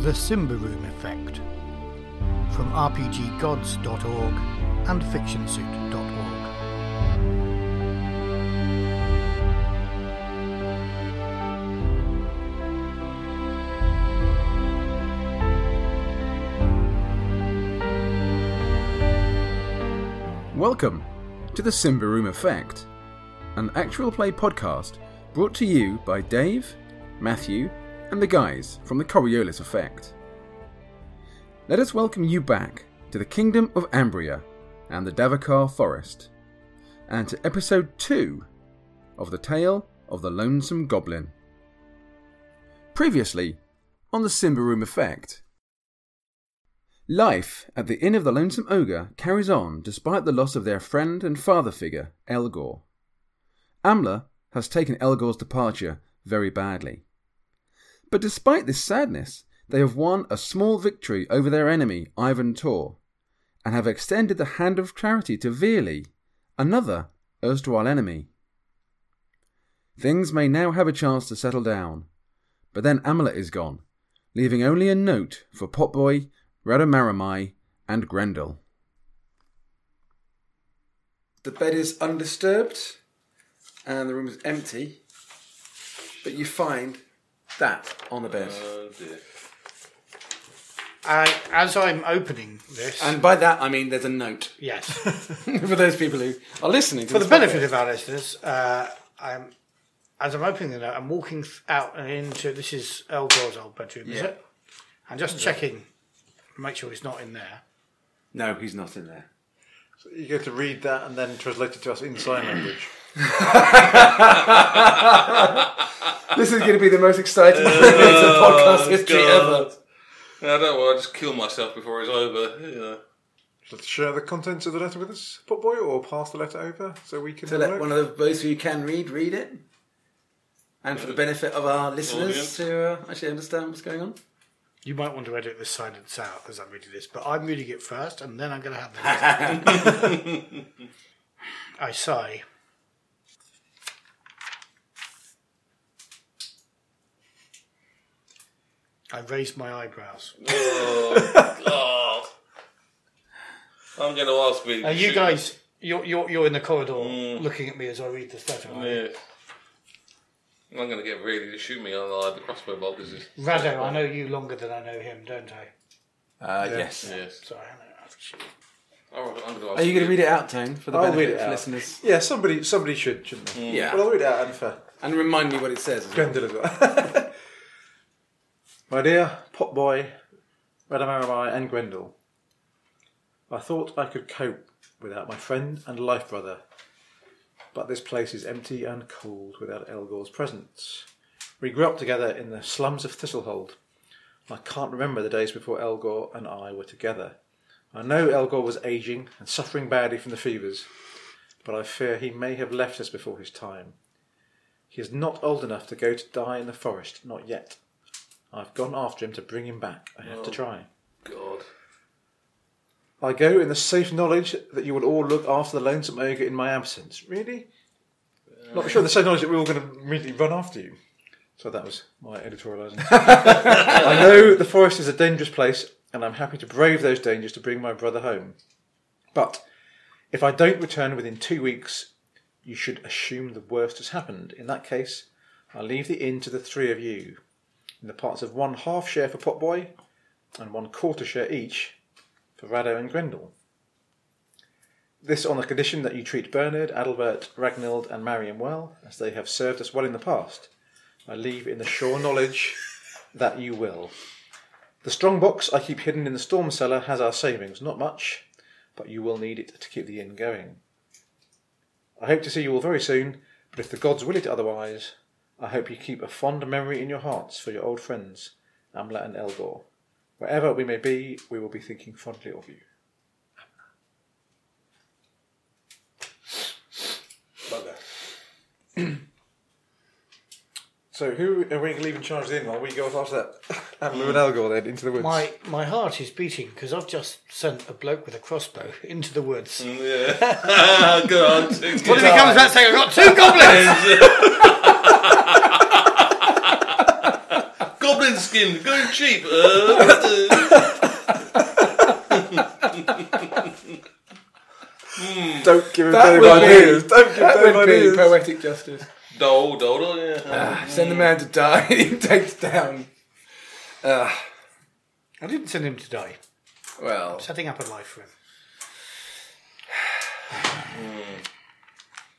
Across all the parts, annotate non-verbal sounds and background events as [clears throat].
The Simba Room Effect from RPGGods.org and FictionSuit.org. Welcome to the Simba Room Effect, an actual play podcast brought to you by Dave, Matthew, and the guys from the Coriolis Effect. Let us welcome you back to the Kingdom of Ambria and the Davakar Forest, and to episode 2 of The Tale of the Lonesome Goblin. Previously, on the Simba Room Effect, Life at the Inn of the Lonesome Ogre carries on despite the loss of their friend and father figure, Elgor. Amla has taken Elgor's departure very badly. But despite this sadness, they have won a small victory over their enemy, Ivan Tor, and have extended the hand of charity to Veerly, another erstwhile enemy. Things may now have a chance to settle down, but then Amla is gone, leaving only a note for Potboy, Radamaramai, and Grendel. The bed is undisturbed, and the room is empty, but you find that on the bed. Uh, I, as I'm opening this, and by that, I mean there's a note [laughs] [laughs] yes, for those people who are listening. To for the benefit of our listeners, uh, I'm as I'm opening the note, I'm walking th- out and into this is Elgor's old bedroom, is Yeah. it? I'm just checking, make sure he's not in there. No, he's not [laughs] in there. You get to read that and then translate it to us in [clears throat] sign language. This is going to be the most exciting Uh, [laughs] bit of podcast history God. ever. I don't want to just kill myself before it's over. You know. Let's share the contents of the letter with us, Potboy, or pass the letter over so we can. To look. let one of those who can read read it, and for the benefit of our listeners who uh, actually understand what's going on. You might want to edit this silence out as I'm reading this, but I'm reading it first, and then I'm going to have the. I sigh. I raise my eyebrows. Oh, I'm going to ask me. Now you guys, you're, you're, you're in the corridor looking at me as I read this letter. aren't you? Yeah. I'm going to get really to shoot me on the, the crossbow bolt. This is Rado, I know you longer than I know him, don't I? Uh, yes. yes. Sorry, I know. All right, I'm going to ask. Are you going to read it out, Tone, for the I'll read benefit it of out. listeners? Yeah, somebody, somebody should, shouldn't they? Yeah. Well, I'll read it out and for and remind me what it says. as well. Grendel as well. [laughs] My dear Potboy, Radamaramai, and Grendel, I thought I could cope without my friend and life brother, but this place is empty and cold without Elgor's presence. We grew up together in the slums of Thistlehold. I can't remember the days before Elgor and I were together. I know Elgor was aging and suffering badly from the fevers, but I fear he may have left us before his time. He is not old enough to go to die in the forest, not yet. I've gone after him to bring him back. I have to try. God. I go in the safe knowledge that you will all look after the lonesome ogre in my absence. Really? Not sure the safe knowledge that we're all going to immediately run after you. So that was my editorialising. I know the forest is a dangerous place, and I'm happy to brave those dangers to bring my brother home. But if I don't return within two weeks, you should assume the worst has happened. In that case, I leave the inn to the three of you, in the parts of one half share for Potboy and one quarter share each for Rado and Grendel. This on the condition that you treat Bernard, Adalbert, Ragnild, and Marion well, as they have served us well in the past. I leave in the sure knowledge that you will. The strong box I keep hidden in the storm cellar has our savings, not much, but you will need it to keep the inn going. I hope to see you all very soon, but if the gods will it otherwise, I hope you keep a fond memory in your hearts for your old friends, Amla and Elgor. Wherever we may be, we will be thinking fondly of you. [clears throat] So, who are we leaving charge of the inn while we go off after [laughs] that? And Lou and Elgor then into the woods. My, my heart is beating because I've just sent a bloke with a crossbow [laughs] into the woods. Mm. What Ah, [laughs] God. if he comes back saying, I've got two goblins? Goblin goblin skin, go cheap. Uh, Don't give him That Dave would be- ideas. Don't give That Dave would be ideas. poetic justice. dole, dole, yeah. Send the man to die. he takes down. I didn't send him to die. Well, Setting up a life for him.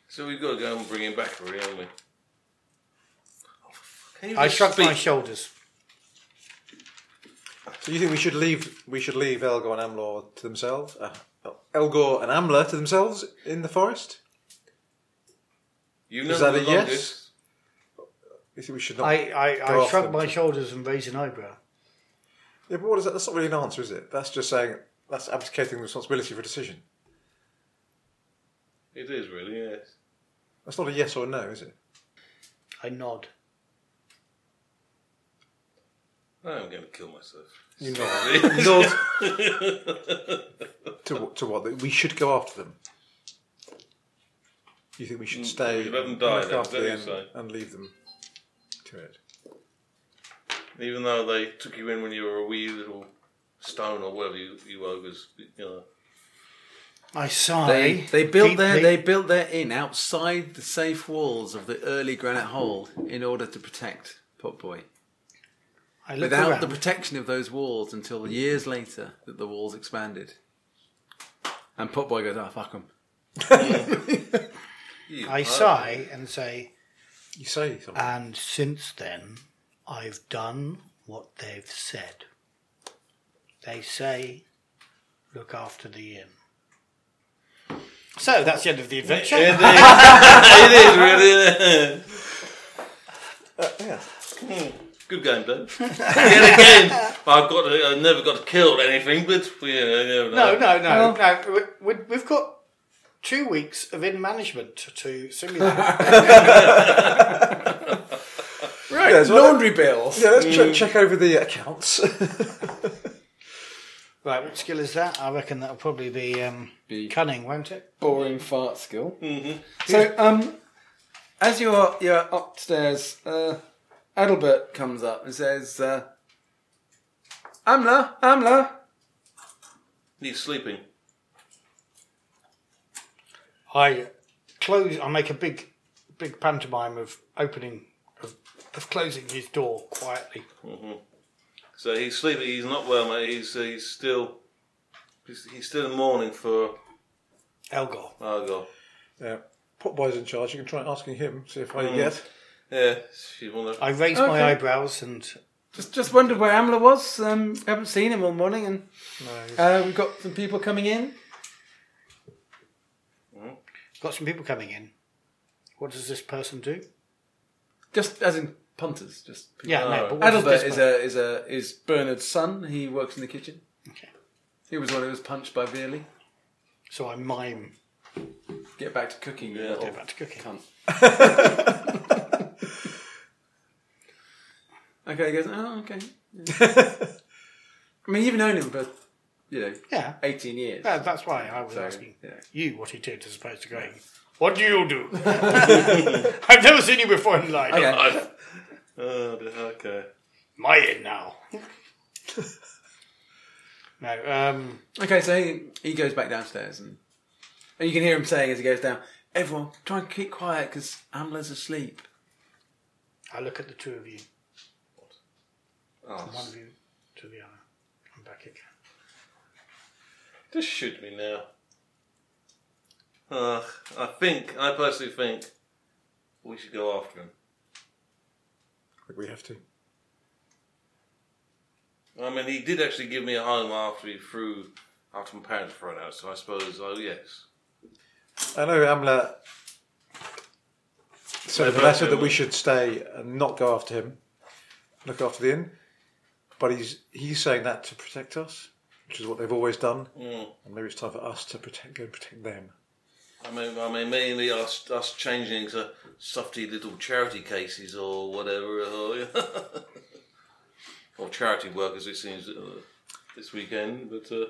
So we've got to go and bring him back, really, haven't we? Can you I just shrugged my speak? shoulders. So you think we should leave? We should leave Elgor and Amlor to themselves. Uh, Elgor and Amlor to themselves in the forest. You know Is that the a yes? longest. You think we should not? I, I, Go I off shrugged them. my shoulders and raised an eyebrow. Yeah, but what is that? That's not really an answer, is it? That's just saying that's abdicating responsibility for a decision. It is really yes. That's not a yes or a no, is it? I nod. I'm going to kill myself. You nod. nod. [laughs] to what? To what? That we should go after them. You think we should stay? we Mm, let them die look then, after don't you them say? and leave them to it. Even though they took you in when you were a wee little stone or whatever you, you ogres, you know. I sigh. they they built their deeply. they built their inn outside the safe walls of the early granite hold in order to protect Potboy. I look Without around. the protection of those walls until years later that the walls expanded. And Potboy goes, oh, fuck 'em." You I Oh. ogre. sigh and say, You say Uh, something. and since then, I've done what they've said. They say, look after the inn. So that's the end of the adventure. It is. [laughs] it is really. yeah. Good game, [laughs] Dave. Yet again, I've got. To, I've never got to kill anything, but you know, you never know. No, no, no, no. We, we- we've got two weeks of in management to simulate. Right, Yeah, so laundry bills. Yeah, let's check, check over the accounts. [laughs] right, what skill is that? I reckon that'll probably be um, Be- cunning, won't it? boring fart skill. So, um, as you're you're upstairs, uh, Adelbert comes up and says, uh, "Amla, Amla." He's sleeping. I close. I make a big, big pantomime of opening, of, of closing his door quietly. Mm-hmm. So he's sleeping. He's not well, mate. He's uh, he's still. He's, he's still in mourning for Elgor. Argo. yeah. Potboy's in charge. You can try asking him, see if I Mm. get. Yeah, she's one of. I raise Okay. my eyebrows and Just just wondered where Amla was. Um, haven't seen him all morning, and uh, we've got some people coming in. got some people coming in. What does this person do? Just as in punters, just. People. Yeah, no. Alright. But what does Adelbert this is person- a is a is Bernard's son. He works in the kitchen. Okay. He was the one who was punched by Veerley. So I mime. Get back to cooking. you Yeah. little Get back to cooking. cunt. [laughs] okay, he goes, oh, okay. Yeah." [laughs] I mean, you've known him for, you know, Yeah. 18 years. Uh, that's why I was So, asking yeah. you what he did as opposed to going, What do you do? [laughs] I've never seen you before in life. Okay. I've- Oh, okay. My in now. [laughs] no, um, Okay, so he, he goes back downstairs and, and you can hear him saying as he goes down, everyone, try and keep quiet because Amla's asleep. I look at the two of you, Oh, one of you to the other. I'm back again. Just shoot me now. Ugh, I think, I personally think, we should go after him. We have to. I mean, he did actually give me a home after he threw, after my parents threw it out, so I suppose, oh yes. I know Amla So the letter that we should stay and not go after him, look after the inn. But he's he's saying that to protect us, which is what they've always done. Mm. And maybe it's time for us to protect go and protect them. I mean, I mean, mainly us, us changing into softy little charity cases or whatever, or, [laughs] or charity workers, it seems, uh, this weekend, but, uh,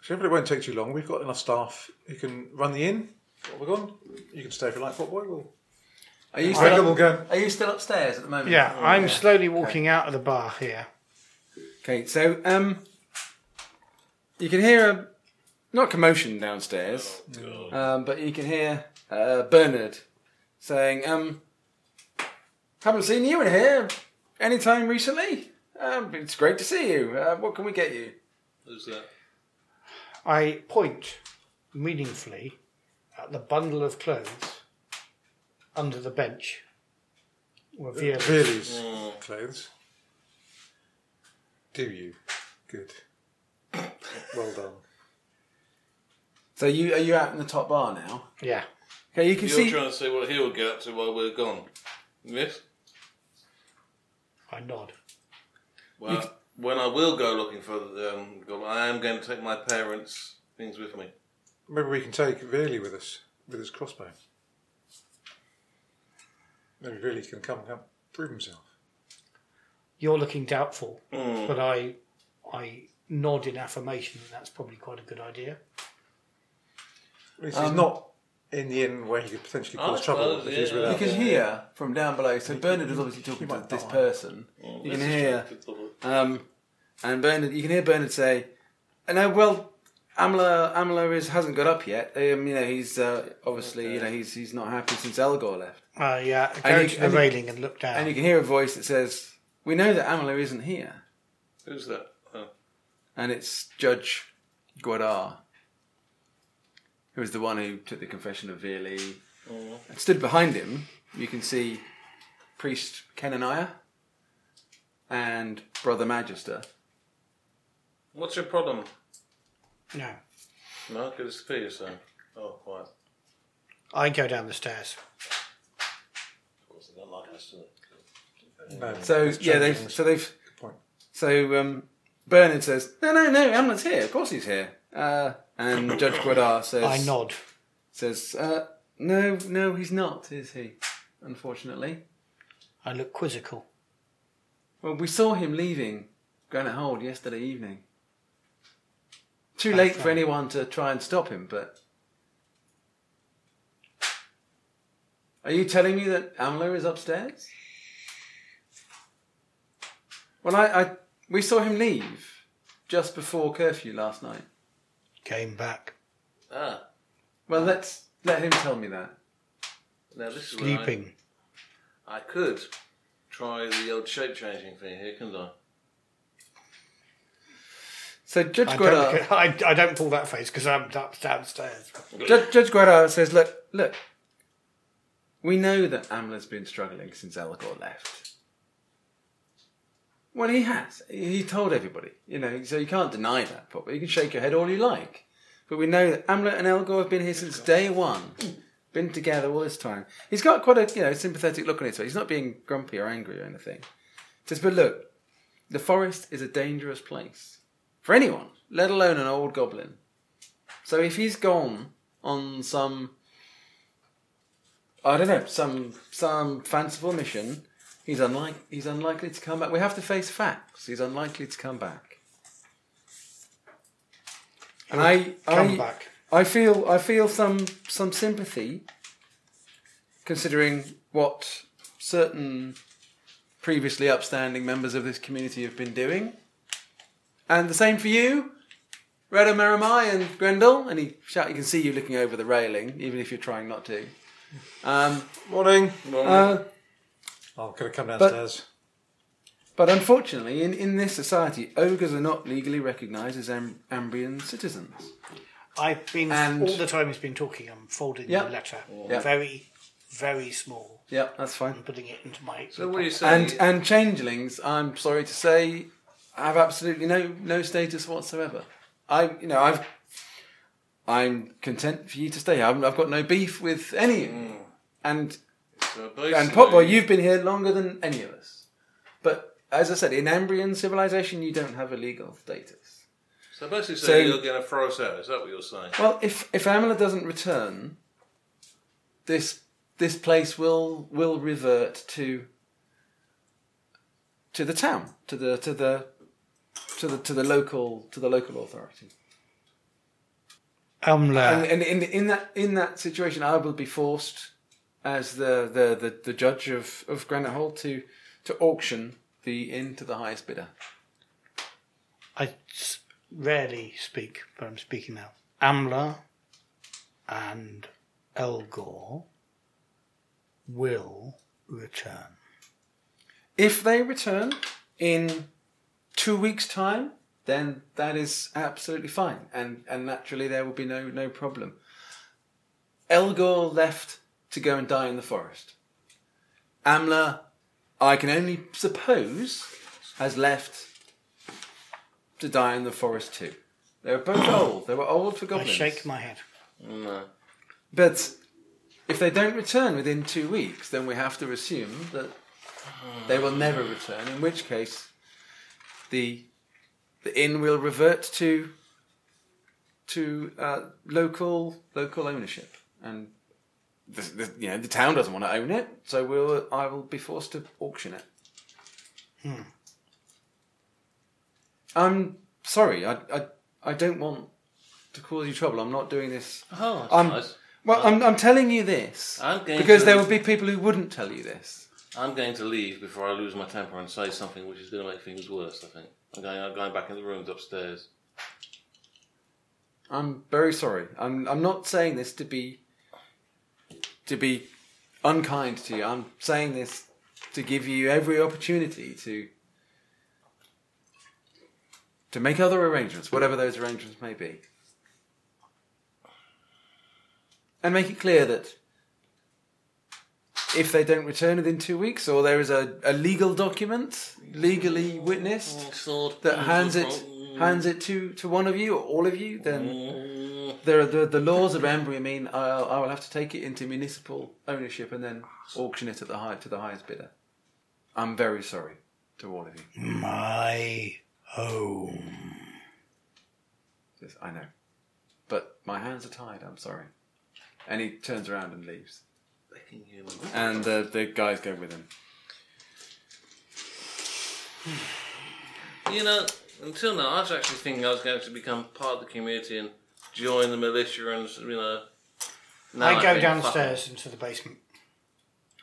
So hopefully it won't take too long. We've got enough staff who can run the inn. What we're gone. You can stay for light, what boy will. Are you I reckon still, we'll up, go. are you still upstairs at the moment? Oh, Oh, Yeah, Or- I'm slowly walking out of the bar here. Okay, so um, you can hear a not commotion downstairs, um, but you can hear uh, Bernard saying, um, "Haven't seen you in here any time recently. Um, it's great to see you. Uh, what can we get you?" Who's that? I point meaningfully at the bundle of clothes under the bench. Where Viola- Veerley's Mm. Oh, clothes. Do you? Good. [coughs] Well done. So you are you out in the top bar now? Yeah. Okay, you can You're see. trying to say what he will get up to while we're gone. Yes? I nod. Well, when I will go looking for the um, gold, I am going to take my parents' things with me. Maybe we can take Veerley with us with his crossbow. Maybe Veerley can come and prove himself. You're looking doubtful, but I, I nod in affirmation that that's probably quite a good idea. At least he's not in the inn where he could potentially I cause trouble suppose, if he's yeah. without. You can hear from down below. So Bernard is obviously talking to this person. Oh, You can hear Um, and Bernard, you can hear Bernard say, "And no, well, Amla, Amla is hasn't got up yet. Um, you know, he's uh, obviously, you know, he's he's not happy since Elgor left. I uh, go you- to the and you- railing and look down. And you can hear a voice that says, "We know that Amla isn't here," Who's that? Oh. and it's Judge Guadar, who is the one who took the confession of Veerley. Oh, And stood behind him, you can see priest Kenaniah and brother Magister. What's your problem? no. No, good to see you, son. Oh, quiet. I go down the stairs. Of course, they don't like us, do they? No, So it's yeah, they've changing. so they've Good point. So um, Bernard says, "No, no, no, Hamlet's here. Of course he's here." Uh, and Judge Guadar says, I nod. Says, uh, "No, no, he's not, is he? Unfortunately. I look quizzical. Well, we saw him leaving Granite Hold yesterday evening. Too late for right. anyone to try and stop him, but." Are you telling me that Amla is upstairs? Well, I, I we saw him leave just before curfew last night. Came back. Ah, Well, let's let him tell me that. now this is where I- Sleeping. I could try the old shape changing thing here, couldn't I? So Judge I Guadar, don't, look at- [laughs] I, I don't pull that face because I'm up, downstairs. Judge, Judge Guadar says, "Look, look. We know that Amla's been struggling since Elgor left. Well, he has. He told everybody, you know. So you can't deny that. But you can shake your head all you like. But we know that Amla and Elgor have been here since day one." Been together all this time. He's got quite a you know sympathetic look on his face. He's not being grumpy or angry or anything. Says, but look, the forest is a dangerous place for anyone, let alone an old goblin. So if he's gone on some, I don't know, some some fanciful mission, he's unlike he's unlikely to come back. We have to face facts. He's unlikely to come back. And I, Come I, back. I feel I feel some some sympathy, considering what certain previously upstanding members of this community have been doing, and the same for you, Reda Meramai and Grendel. And he shout, you can see you looking over the railing, even if you're trying not to. Um, Morning. uh, I'm going to come downstairs. but unfortunately, in, in this society, ogres are not legally recognised as Am- Ambrian citizens. I've been And- all the time he's been talking. I'm folding Yeah. the letter Yeah. very, very small Yeah, that's fine. and putting it into my. So what are you saying? and and changelings, I'm sorry to say, have absolutely no no status whatsoever. I you know I've I'm content for you to stay. I've, I've got no beef with any of you. And So and basically- Potboy, you've been here longer than any of us. But as I said, in Ambrian civilization, you don't have a legal status. So basically, so- saying you're going to throw us out. Is that what you're saying? Well, if if Amela doesn't return, this this place will will revert to to the town, to the to the to the to the local to the local authority. Elmler. And, and in in that in that situation, I will be forced as the the, the, the judge of, of Granite Hall to to auction the inn to the highest bidder. I s- rarely speak, but I'm speaking now. Amla and Elgor will return. If they return in two weeks' time, then that is absolutely fine, and and naturally there will be no no problem. Elgor left to go and die in the forest. Amla, I can only suppose, has left to die in the forest too. They were both old. They were old for I goblins. shake my head. No. But if they don't return within two weeks, then we have to assume that they will never return. In which case, the the inn will revert to to uh, local local ownership, and the, the, you know the town doesn't want to own it, so we'll I will be forced to auction it. I'm sorry, I, I I don't want to cause you trouble. I'm not doing this Oh, that's Um, nice. well, I'm, I'm telling you this I'm going because to- there will be people who wouldn't tell you this. I'm going to leave before I lose my temper and say something which is going to make things worse. I think I'm going. I'm going back in the rooms upstairs. I'm very sorry. I'm I'm not saying this to be to be unkind to you. I'm saying this to give you every opportunity to to make other arrangements, whatever those arrangements may be. And make it clear that if they don't return within two weeks or there is a, a legal document legally witnessed Sword that hands it hands it to, to one of you or all of you, then there are the, the laws of Embry mean I'll, I will have to take it into municipal ownership and then auction it at the high to the highest bidder. I'm very sorry to all of you. My home. Yes, I know, but my hands are tied. I'm sorry. And he turns around and leaves, and uh, the guys go with him. You know, until now, I was actually thinking I was going to become part of the community and join the militia and you know. Now I go think, downstairs into the basement.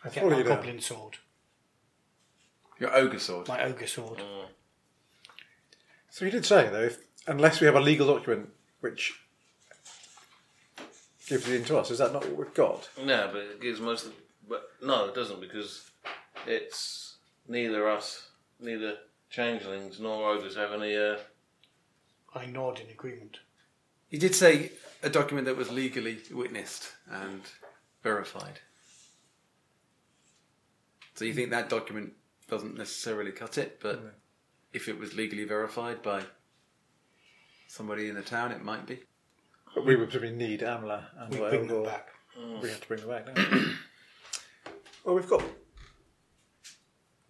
I get Follow my you down. goblin sword, Your ogre sword. my ogre sword. Mm. So you did say though, if, unless we have a legal document which gives it in to us, is that not what we've got? "Fuck it." No, but it gives most. Of, but no, it doesn't because it's neither us, neither changelings nor ogres have any. Uh, I nod in agreement. He did say a document that was legally witnessed and verified. So you think that document doesn't necessarily cut it, but if it was legally verified by somebody in the town, it might be. But we would probably need Amla and We Elgor. bring them back. We have to bring them back now. [coughs] well, we've got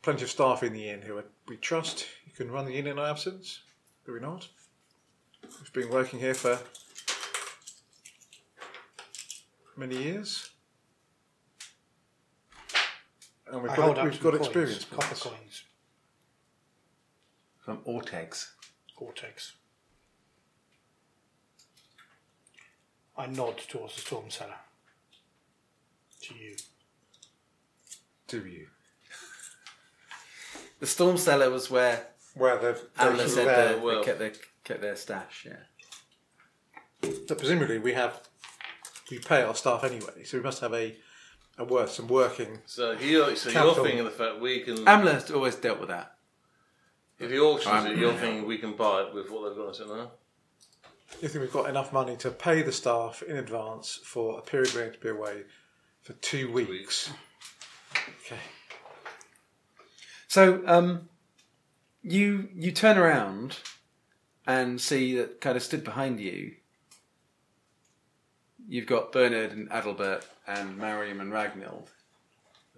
plenty of staff in the inn who we trust. You can run the inn in our absence, do we not? We've been working here for many years. And we've I hold got, e- up we've some got coins, experience. with copper this. coins, From Ortegs. cortex. I nod towards the storm cellar. To you. Do you? The storm cellar was where Where they've uh, Amla they've- said they're- they, they well. kept their kept their stash. Yeah. So presumably we have we pay our staff anyway, so we must have a a worth some working. so you, so you're Capital. thinking the fact we can. Amla's always dealt with that. If he auctions I'm- it, you're thinking we can buy it with what they've got us in there. You think we've got enough money to pay the staff in advance for a period we're going to be away for two weeks? Okay. So um, you you turn around and see that kind of stood behind you. You've got Bernard and Adalbert and Mariam and Ragnhild,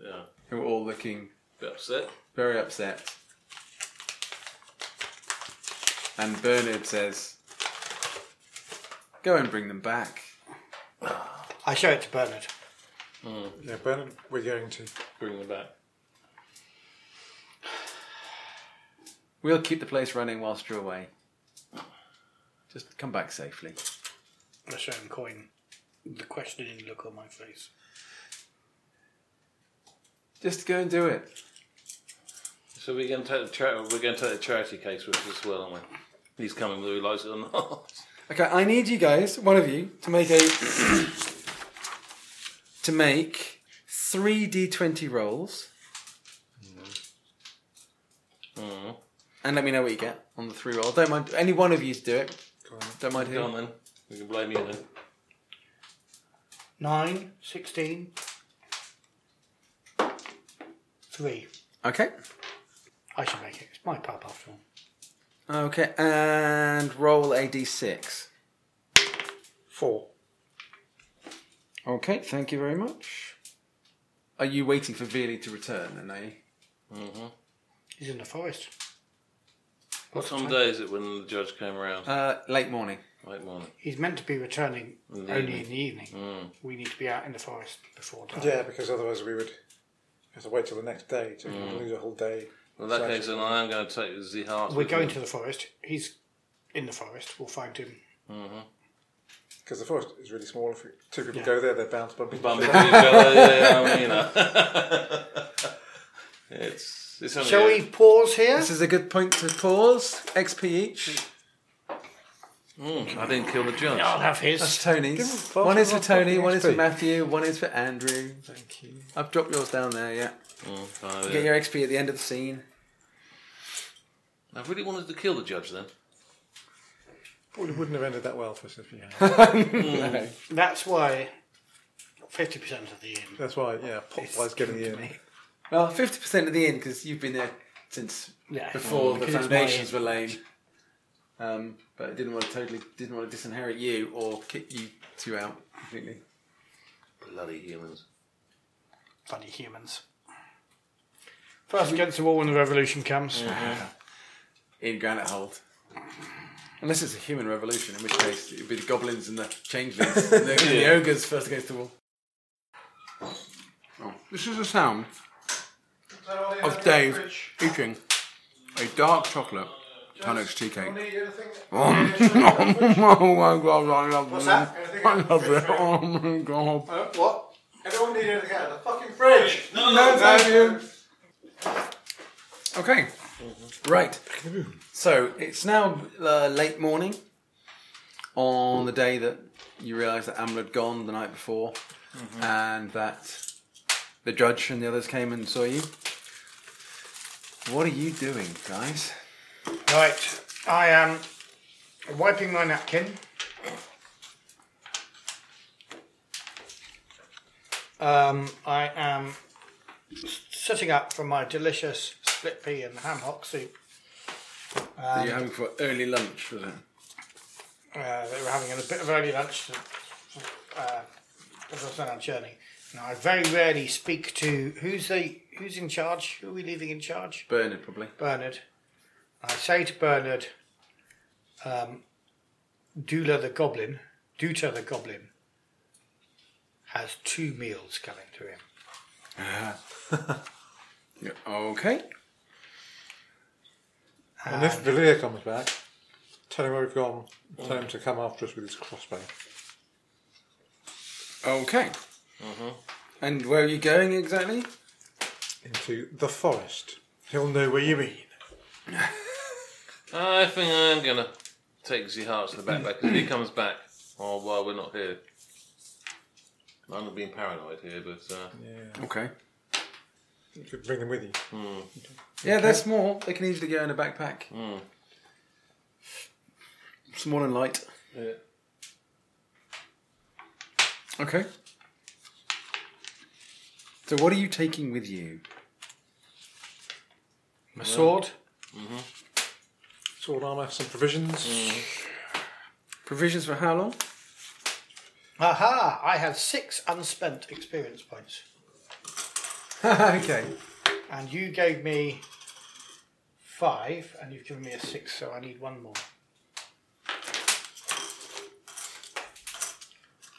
Yeah, who are all looking bit upset. very upset. And Bernard says, "Go and bring them back." I show it to Bernard. Yeah, Bernard, we're going to Bring them back. We'll keep the place running whilst you're away. Just come back safely. I show him coin. The questioning look on my face. Just go and do it. So we're going to take the charity. We're going to take the charity case with us as well, aren't we? He's coming whether he likes it or not. [laughs] Okay, I need you guys, one of you, to make a to make three d twenty rolls, Mm. and let me know what you get on the three roll. Don't mind any one of you to do it. Don't mind who. Come on then. We can blame you then. 9, 16, 3. Okay. I should make it. It's my pub after all. Okay, and roll a d6. 4. Okay, thank you very much. Are you waiting for Veely to return? Then, are you? He's in the forest. What time of day is it when the judge came around? Uh, late morning. Late morning. He's meant to be returning In the only evening. in the evening. Mm. We need to be out in the forest before dark. Yeah, because otherwise we would have to wait till the next day to Mm. lose a whole day. Well, in that Sorry. case, then I am going to take the heart. We're going to the forest. He's in the forest. We'll find him. Because the forest is really small. If two people Yeah. go there, they're bound to bump into Bumblebee, each other. fella, yeah, I mean, you know. [laughs] it's it's only Shall a- we pause here? This is a good point to pause. XP each. Mm, I didn't kill the judge. I'll have That's his. Tony's. five One is for and a half Tony. One is for XP. Matthew. One is for Andrew. Thank you. I've dropped yours down there. Yeah. Mm, so, Get yeah. your XP at the end of the scene. I really wanted to kill the judge then. Probably wouldn't have ended that well for us if you had. Mm. That's why 50% of the inn. That's why, yeah, Popeye's getting the in. Well, fifty percent of the end because you've been there since Yeah. before the Because it's my foundations inn. were laid. Um, but I didn't want to totally didn't want to disinherit you or kick you two out completely. Bloody humans. Bloody humans. First against the wall when the revolution comes. in Granite Hold. Unless it's a human revolution, in which case it would be the goblins and the changelings and the, and the ogres first against the wall. Oh, this is the sound of Dave eating a dark chocolate Tunnock's tea cake. [laughs] oh my god, I love What's that? I love it. Oh my god. What? Everyone need anything out of the fucking fridge! No, thank you. Okay. Right. So it's now uh, late morning on the day that you realise that Amla had gone the night before and that the judge and the others came and saw you. What are you doing, guys? Right. I am wiping my napkin. Um, I am sitting up for my delicious split pea and ham hock soup. Are you having for early lunch? Was it? Uh, they were having a bit of early lunch, to, uh, as I said, on journey. Now, I very rarely speak to who's the who's in charge. Who are we leaving in charge? Bernard, probably. Bernard. I say to Bernard, um, Dula the Goblin, Duta the Goblin, has two meals coming to him. Yeah. Okay. And if Valir comes back, tell him where we've gone, tell him to come after us with his crossbow. Okay. Mm-hmm. And where are you going exactly? Into the forest. He'll know where you mean. I think I'm going to take the heart to the backpack because if he comes back, oh, well, we're not here. I'm not being paranoid here, but uh, Yeah. Okay. You could bring them with you. Yeah, they're small. They can easily go in a backpack. Small and light. yeah. Okay. So, what are you taking with you? My sword, Sword armour, some provisions. Provisions for how long? aha, I have six unspent experience points. okay. And you gave me five, and you've given me a six, so I need one more.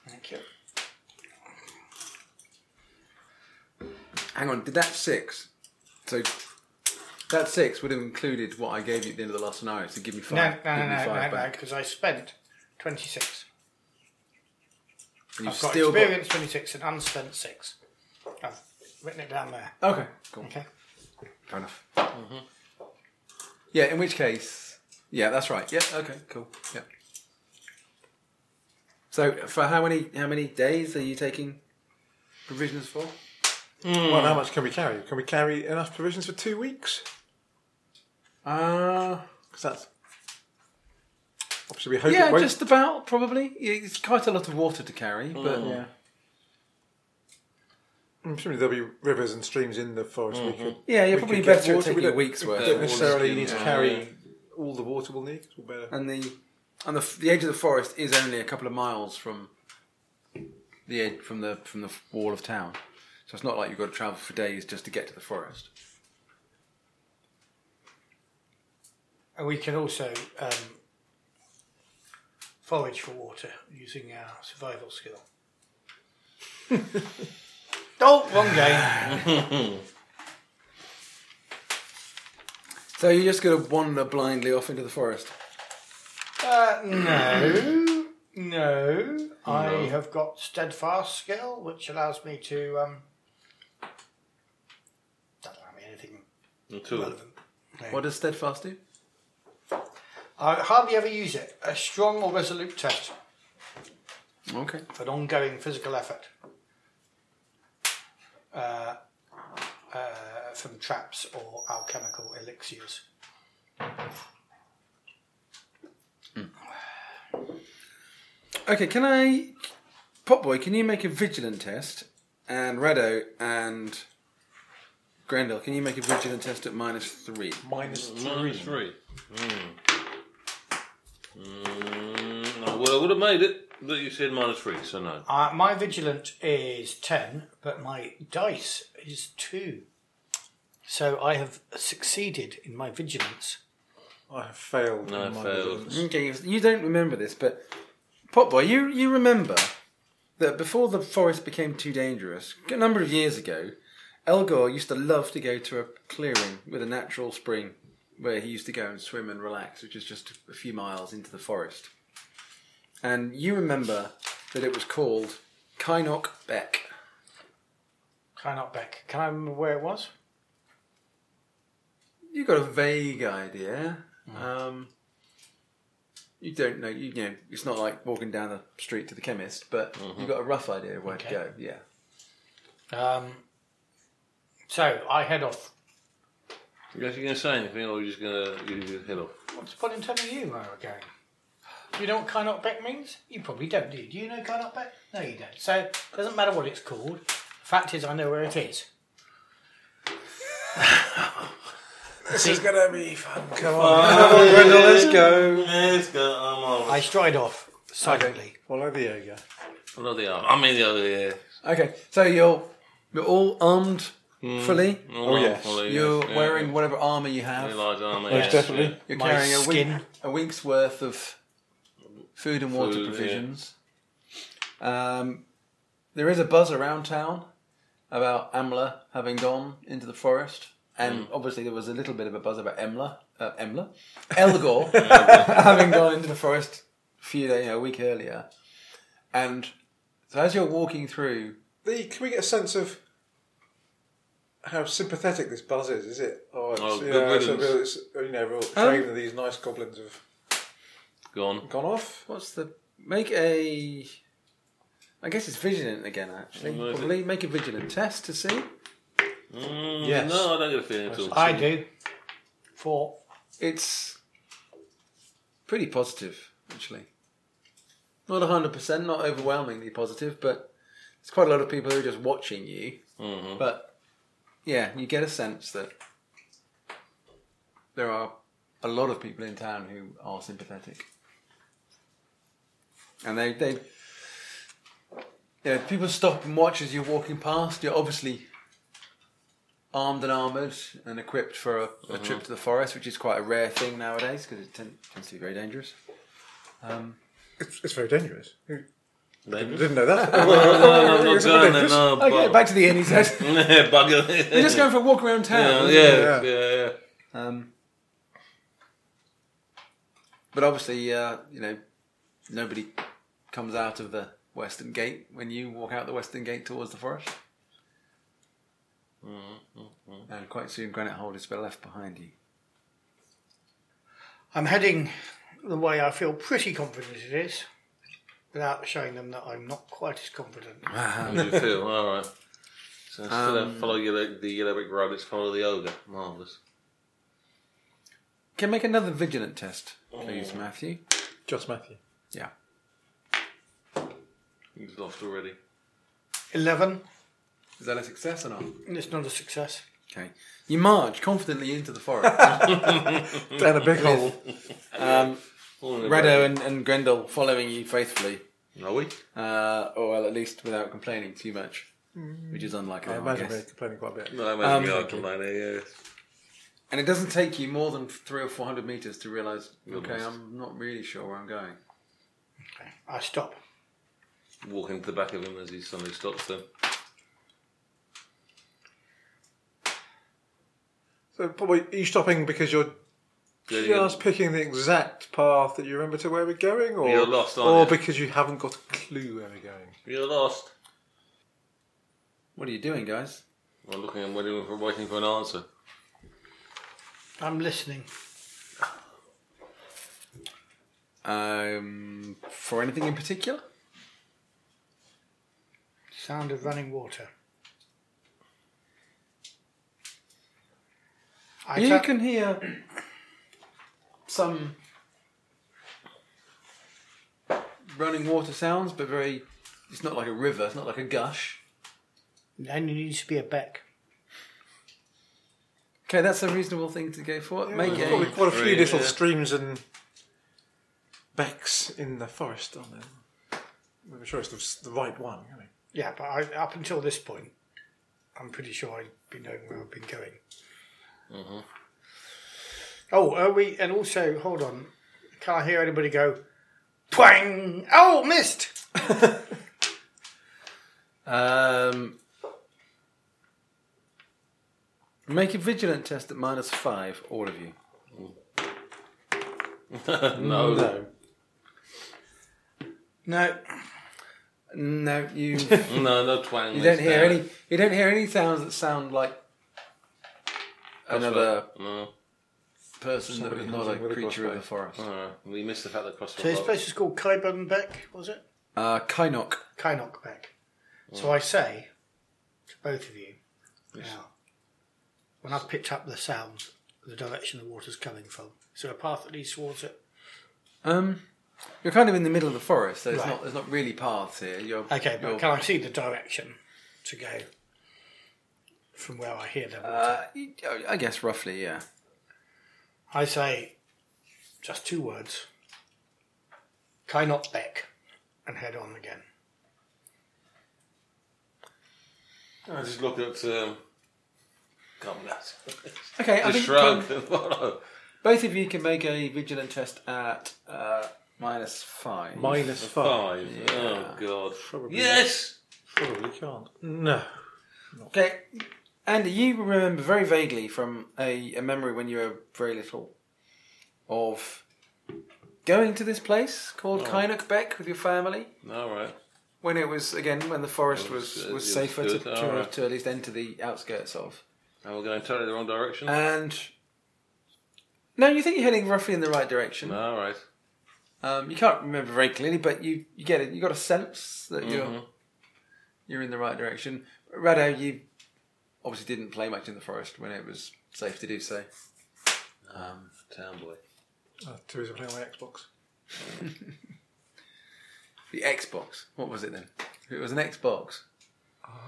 Thank you. Hang on. Did that six? So that six would have included what I gave you at the end of the last scenario. So give me No, no, five. no, give me no, no, five no, back. because I spent 26. And you've I've got still got experience 26 and unspent 6. I've written it down there. Okay, cool. Okay. Fair enough. Mm-hmm. Yeah, in which case. Yeah, that's right. Yeah, okay, cool. Yeah. So, for how many how many days are you taking provisions for? Mm. Well, how much can we carry? Can we carry enough provisions for two weeks? Uh, Because that's obviously we hope yeah, it won't. just about, probably. Yeah, It's quite a lot of water to carry, but yeah. I'm assuming there'll be rivers and streams in the forest. We could yeah, you're we probably could get Mm-hmm. better at water. We taking a don't- week's worth. We don't of water. necessarily need to yeah. carry all the water we'll need. 'cause We'll better. and the and the, f- the edge of the forest is only a couple of miles from the edge from the from the wall of town. So it's not like you've got to travel for days just to get to the forest. And we can also um, forage for water using our [laughs] survival skill. oh, wrong [sighs] game. So you're just going to wander blindly off into the forest. Uh, no. No. I have got steadfast skill, which allows me to. Um, doesn't allow me anything Until relevant. What does steadfast do? I hardly ever use it. A strong or resolute test Okay. for an ongoing physical effort uh, uh, from traps or alchemical elixirs. Okay. Can I, Potboy? Can you make a vigilant test? And Rado and Grendel, can you make a vigilant test at minus three? Minus minus three. Hmm. Mm. Mm, no, well, I would have made it, but you said minus three, so no. Uh, my vigilant is 10, but my dice is 2. So I have succeeded in my vigilance. I have failed. No, in my failed. vigilance. Okay, you- you don't remember this, but Potboy, you you remember that before the forest became too dangerous, a number of years ago, Elgor used to love to go to a clearing with a natural spring where he used to go and swim and relax, which is just a few miles into the forest. And you remember that it was called Kynoch Beck. Can I not back? Can I remember where it was? You got a vague idea. Um, you don't know. You, know, it's not like walking down the street to the chemist, but you got a rough idea of where Okay. to go. Yeah. Um, so I head off. You guys are going to say anything, or are you just going to you head off? What's the point in telling you where we're going? You know what Kynot Beck means? You probably don't, do you? Do you know Kynot Beck? No, you don't. So it doesn't matter what it's called. Fact is, I know where it is. This is gonna be fun. Come on, Brenda, let's go. Let's go. I'm off. I stride off silently. follow the ogre. Well, the other. I mean the other. Yeah. Okay, so you're you're all armed fully. Oh, yes. You're yeah. wearing whatever armor you have. Realised armour. Most definitely. You're My carrying a, week, skin. a week's worth of food and water Food, yeah. provisions. Um, there is a buzz around town about Amla having gone into the forest, and Hmm. obviously there was a little bit of a buzz about Emla, uh, Emla, [laughs] Elgor having gone into the forest a few days, you know, a week earlier. And so as you're walking through, The, can we get a sense of how sympathetic this buzz is? Is it? Oh, it's, Oh, you, good know, it's, a riddance. real, it's you know, real shame that these nice goblins have Gone. gone off. what's the make a? I guess it's vigilant again. Actually, What is it? probably make a vigilant test to see. Mm, Yes. No, I don't get a feeling at all. I do. Four. It's pretty positive, actually. Not 100%, not overwhelmingly positive, but it's quite a lot of people who are just watching you. Mhm. But yeah, you get a sense that there are a lot of people in town who are sympathetic. And they, they you know, people stop and watch as you're walking past. You're obviously armed and armoured and equipped for a, Uh-huh. a trip to the forest, which is quite a rare thing nowadays because it ten- tends to be very dangerous. Um, It's, it's very dangerous. I Maybe. didn't know [laughs] that. No, no, [laughs] not It's going there. ridiculous. No, okay, bugger. back to the inn, he says. [laughs] [laughs] Yeah, bugger. We're just going for a walk around [laughs] Yeah, town. yeah, yeah. yeah. Um, but obviously, uh, you know, nobody comes out of the western gate when you walk out the western gate towards the forest. Mm-hmm. And quite soon, Granite Hold is left behind you. I'm heading the way I feel pretty confident it is, without showing them that I'm not quite as confident. How do you feel? All right. So instead Um, of follow yellow, the yellow brick road, it's follow the ogre. Marvellous. Can make another vigilant test, please, Mm. Matthew. Just Matthew. Yeah. He's lost already. 11, Is that a success or not? and it's not a success. Okay. You march confidently into the forest. [laughs] Down a big hole. um, All in a Redo and, and Grendel following you faithfully, row. Are we? uh, or well, at least without complaining too much, which is unlike Mm. I them, I imagine guess. they're complaining quite a bit. No, I Um, imagine we are complaining, yes. And it doesn't take you more than three or four hundred meters to realize, okay, I'm not really sure where I'm going. Okay. I stop. Walking to the back of him as he suddenly stops them. So probably are you stopping because you're just picking the exact path that you remember to where we're going, or You're lost, aren't or you? because you haven't got a clue where we're going. You're lost. What are you doing, guys? I'm looking and waiting for, waiting for an answer. I'm listening. Um, for anything in particular? Sound of running water. I you ta- can hear [clears throat] some running water sounds, but very. It's not like a river. It's not like a gush. And it needs to be a beck. Okay, that's a reasonable thing to go for. Make There's probably a, quite a few Three, little yeah. streams and becks in the forest, aren't there? I'm sure it's the, the right one. Really. Yeah, but I, up until this point, I'm pretty sure I'd be knowing where I've been going. Mm-hmm. Oh, are we? And also, hold on. Can I hear anybody go, twang? Oh, missed! um, make a vigilant test at minus five, all of you. No. No, No. No, you. No, no twang. You don't hear any. You don't hear any sounds that sound like another No. person that was not a hunting with a creature of crossbow. the forest. Alright. We missed the fact that So this crossbow. place is called Kyburn Beck, was it? Uh, Kynok. Kynok Beck. So I say to both of you now, when I've picked up the sound, the direction the water's coming from, is there a path that leads towards it? Um, you're kind of in the middle of the forest, so there's Right. not there's not really paths here. You're, Okay, you're- but can I see the direction to go from where I hear the water? uh, you- I guess roughly, yeah. I say just two words. Kynok Beck and head on again. I just look at. Um, come nuts. Okay, I think Just shrug um, [laughs] and follow. both of you can make a vigilant test at uh, minus five. minus five. Five. Oh, God. yes! Probably Oh, can't. No, Okay, Andy, you remember very vaguely from a, a memory when you were very little of going to this place called Oh. Kynuk Beck with your family Alright. when it was again when the forest was was, was, uh, it was safer to, good, to, alright. to at least enter the outskirts of. And we're going totally the wrong direction. And no, you think you're heading roughly in the right direction. Alright. Um, you can't remember very clearly, but you, you get it. You got a sense that you're you're in the right direction. Rado, you obviously didn't play much in the forest when it was safe to do so. Um, town boy. oh, Teresa playing on my Xbox. The Xbox. What was it then? It was an Xbox.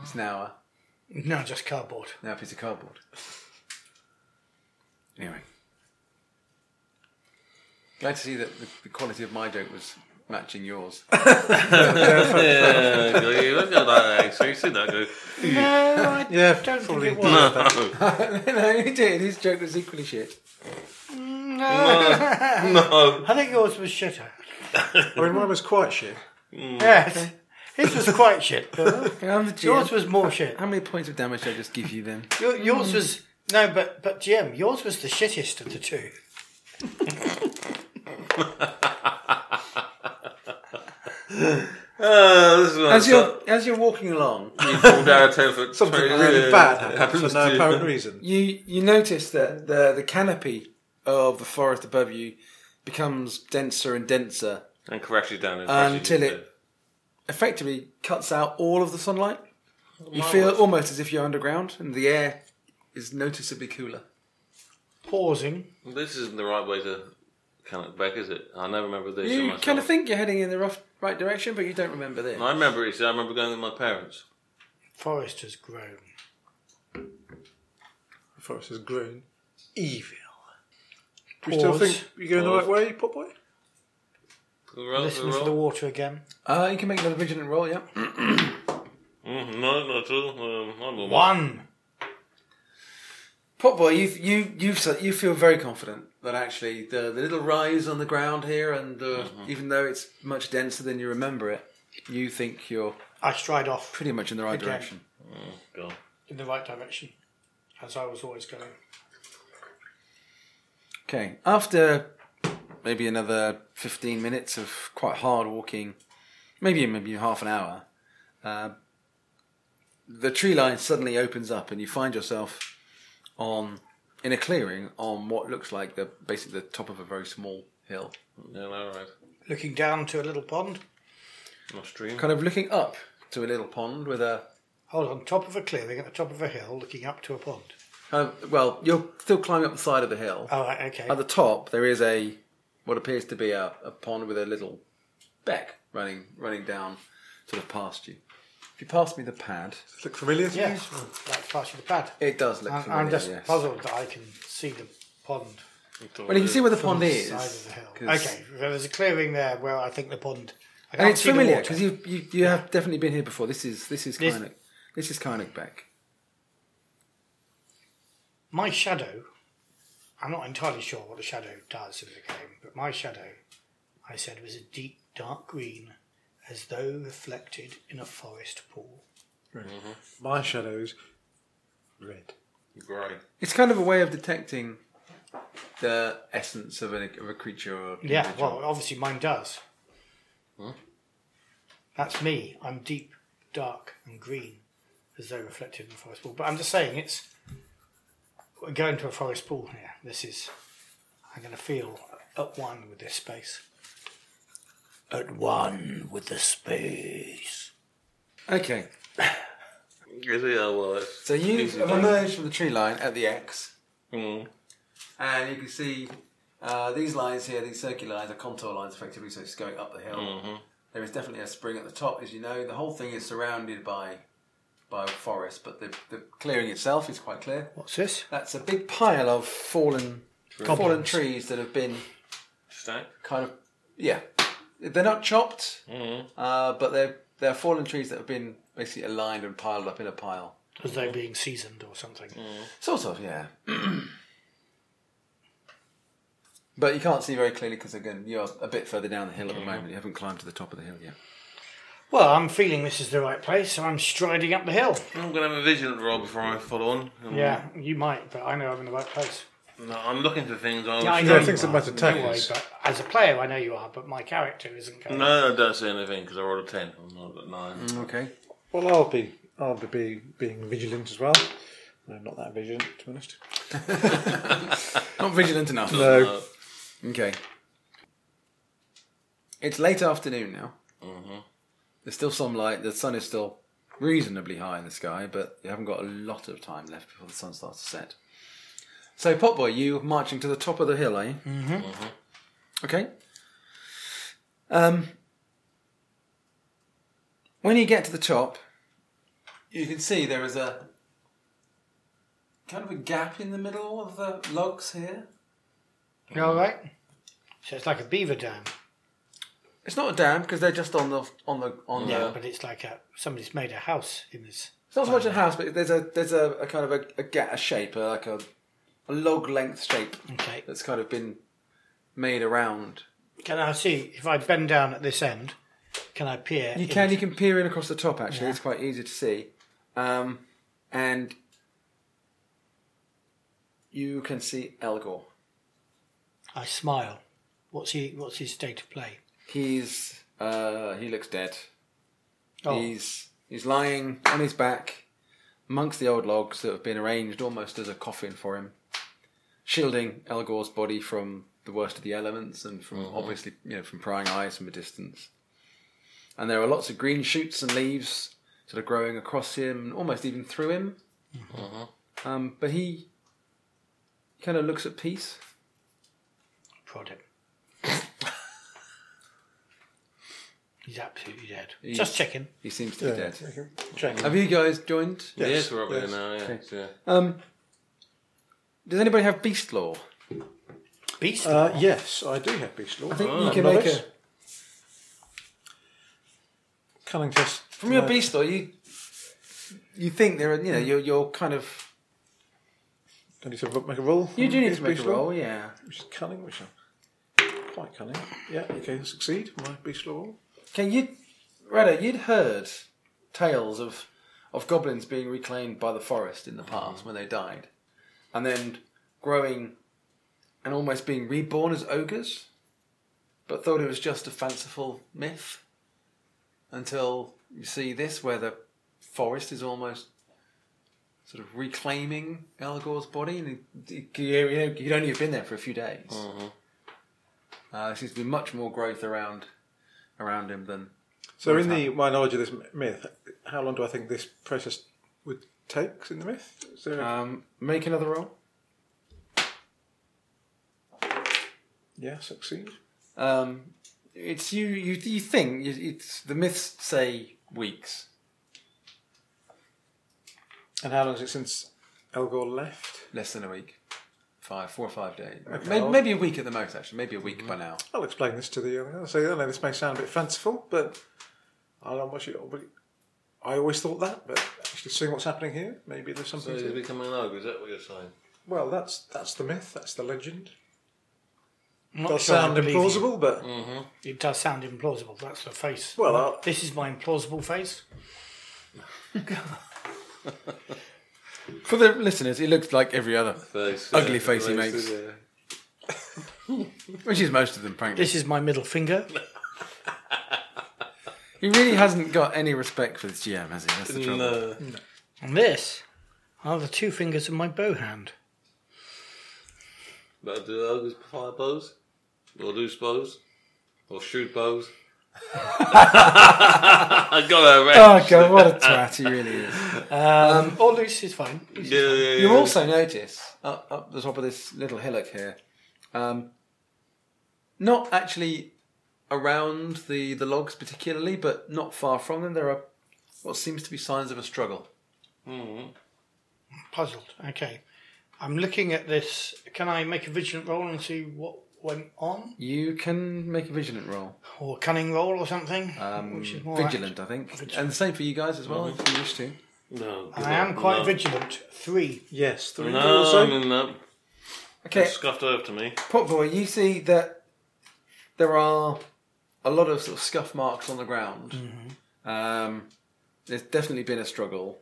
It's now a, No, just cardboard. now a piece of cardboard. Anyway, glad to see that the, the quality of my joke was matching yours. [laughs] [laughs] yeah, go, you look at that actually. You see that go. [laughs] Yeah, probably. no, you did. His joke was equally shit. No. I think yours was shitter. I mean, mine was quite shit. Mm. Yes. His was [laughs] quite shit. but Okay, I'm the GM. Yours was more shit. How many points of damage did I just give you then? Your, yours was no, but but Jim, yours was the shittiest of the two. [laughs] Uh, this is when I As you're start- as you're walking along, you fall down a ten foot. Something tree, really yeah, bad [laughs] it happens for no to you. apparent [laughs] reason. you you notice that the the canopy of the forest above you becomes denser and denser, And crashes down and crashes Until into it- effectively cuts out all of the sunlight. You feel almost as if you're underground, and the air is noticeably cooler. Pausing. it. This isn't the right way to count it back, is it? I never remember this. You myself. kind of think you're heading in the rough, right direction, but you don't remember this. I remember it. I remember going with my parents. Forest has grown. The forest is green. Evil. Do you still Pause. think you're going the right way, Popeye? The roll- Listen the for roll- the water again. Uh, you can make another vigilant roll, yeah. Mm, no, not at all. Um, I'm all- One. Potboy, you you you you feel very confident that actually the, the little rise on the ground here, and uh, even though it's much denser than you remember it, you think you're I stride off pretty much in the right Again. direction. God. in the right direction, as I was always going. Okay, after maybe another fifteen minutes of quite hard walking, maybe maybe half an hour, uh, the tree line suddenly opens up, and you find yourself on in a clearing on what looks like the basically the top of a very small hill. Yeah, all right. Looking down to a little pond. My stream. kind of looking up to a little pond with a Hold on, top of a clearing at the top of a hill, looking up to a pond. kind of, uh, well, you're still climbing up the side of the hill. Oh, right, okay. At the top, there is a what appears to be a, a pond with a little beck running running down sort of past you. If you pass me the pad, Look familiar to Oh, yes, well, that's part of the pad. it does look I'm, familiar. I'm just yes. puzzled that I can see the pond Well, you can see where the pond is, side of the hill. 'cause- Okay, there was a clearing there where I think the pond. I and can't it's see the familiar water. because you, you you have definitely been here before. This is this is This- Kynick. This is Kynick Beck. my shadow. I'm not entirely sure what the shadow does in the game, but my shadow, I said, was a deep dark green, as though reflected in a forest pool. you. My shadow's red. Great. It's kind of a way of detecting the essence of a, of a creature. Or Yeah, individual. well, obviously mine does. That's me. I'm deep, dark, and green, as though reflected in a forest pool. But I'm just saying, it's we're going to a forest pool here. This is. I'm going to feel at one with this space. At one with the space. uh, Okay, Is it? Oh, well, that's So you easy have done. emerged from the tree line at the X, Mm. and you can see uh, these lines here, these circular lines are contour lines effectively, so it's going up the hill. There is definitely a spring at the top, as you know. The whole thing is surrounded by by forest, but the, the clearing itself is quite clear. What's this? That's a big pile of fallen fallen Goblins. trees that have been Stack. kind of yeah, they're not chopped, uh, but they're they're fallen trees that have been basically aligned and piled up in a pile. As though being seasoned or something. Sort of, yeah. [clears throat] but you can't see very clearly because, again, you're a bit further down the hill at the moment. You haven't climbed to the top of the hill yet. Well, I'm feeling this is the right place, so I'm striding up the hill. I'm gonna have a vigilant roll before I follow on. Um, Yeah, you might, but I know I'm in the right place. No, I'm looking for things. I Yeah, I was- know I think you it's are. about the No tags. way, but uh, as a player, I know you are, but my character isn't going. No, don't say anything because I rolled a ten. I'm not at nine. Okay. Well, I'll be, I'll be being vigilant as well. No, not that vigilant, to be honest. Not vigilant enough. Uh, No, Okay. It's late afternoon now. There's still some light. The sun is still reasonably high in the sky, but you haven't got a lot of time left before the sun starts to set. So, Potboy, you marching to the top of the hill, are you? Mm-hmm. Okay. Um, when you get to the top, you can see there is a kind of a gap in the middle of the logs here. You all right? So it's like a beaver dam. It's not a dam because they're just on the on the on Yeah, the. but it's like a somebody's made a house in this. It's not so much a house, but there's a there's a, a kind of a, a ga- a shape, a, like a, a log length shape Okay. that's kind of been made around. Can I see if I bend down at this end? Can I peer? You in? can you can peer in across the top. Actually, it's quite easy to see, um, and you can see Elgor. I smile. What's he? What's his state of play? He's uh, he looks dead. Oh. He's he's lying on his back amongst the old logs that have been arranged almost as a coffin for him, shielding El Gore's body from the worst of the elements and from obviously you know from prying eyes from a distance. And there are lots of green shoots and leaves sort of growing across him, and almost even through him. Um, but he kind of looks at peace. Prod [laughs] him. He's absolutely dead. Just checking. He seems to be dead. Check. Have you guys joined? Yes, Yes, we're up there yes. now. Yeah, yeah. Um, does anybody have beast law? Beast. Uh, yes, I do have beast law. I think Oh, you can knowledge. make a Cunning test. from your Uh, beast law. You you think there are you know you're you're kind of I need to ro- make a roll. you do need Is to make a beast law? roll. Yeah, Which is cunning, which I'm quite cunning. Yeah, okay, succeed. My beast law. roll. Okay, you, Rada, you'd heard tales of of goblins being reclaimed by the forest in the past when they died, and then growing and almost being reborn as ogres, but thought it was just a fanciful myth until you see this, where the forest is almost sort of reclaiming Elgor's body, and he- he- you know, he'd only have been there for a few days. Uh, there seems to be much more growth around around him than So, in the my knowledge of this m- myth, how long do I think this process would take in the myth? Is there a- Um, make another roll. yeah, succeed. Um, it's you. You, you think you- it's the myths say weeks. And how long is it since Elgor left? Less than a week. Five, four or five days. Okay. Maybe, maybe a week at the most, actually. Maybe a week by now. I'll explain this to the young. I'll say, I know this may sound a bit fanciful, but I don't know what you. but I always thought that, but actually seeing what's happening here, maybe there's So something. he's to, becoming an ogre. Is that what you're saying? well, that's that's the myth. That's the legend. I'm not Does sure I sound believe you. Mm. implausible, but It does sound implausible. That's the face. Well, uh, I'll- this is my implausible face. For the listeners, it looks like every other, Face, Ugly yeah, face he makes. yeah. which is most of them, frankly. This is my middle finger. he really hasn't got any respect for this GM, has he? That's the trouble. No. And this are the two fingers of my bow hand. But do ogres fire bows? Or loose bows? Or shoot bows? [laughs] I got that right. Oh god, what a twat he really is. Um, or loose is fine. yeah, yeah, yeah. You'll also notice up, up the top of this little hillock here, um, not actually around the, the logs particularly, but not far from them, there are what seems to be signs of a struggle. Mm-hmm. Puzzled. Okay. I'm looking at this. Can I make a vigilant roll and see what went on? You can make a vigilant roll. Or cunning roll or something? Um, Which is more vigilant, I think. And the same for you guys as well, if you wish to. No, act- I am quite no. vigilant. Three. yes, three No, also. no, no. Okay, Scuffed over to me. Potboy, you see that there are a lot of sort of scuff marks on the ground. Um, there's definitely been a struggle,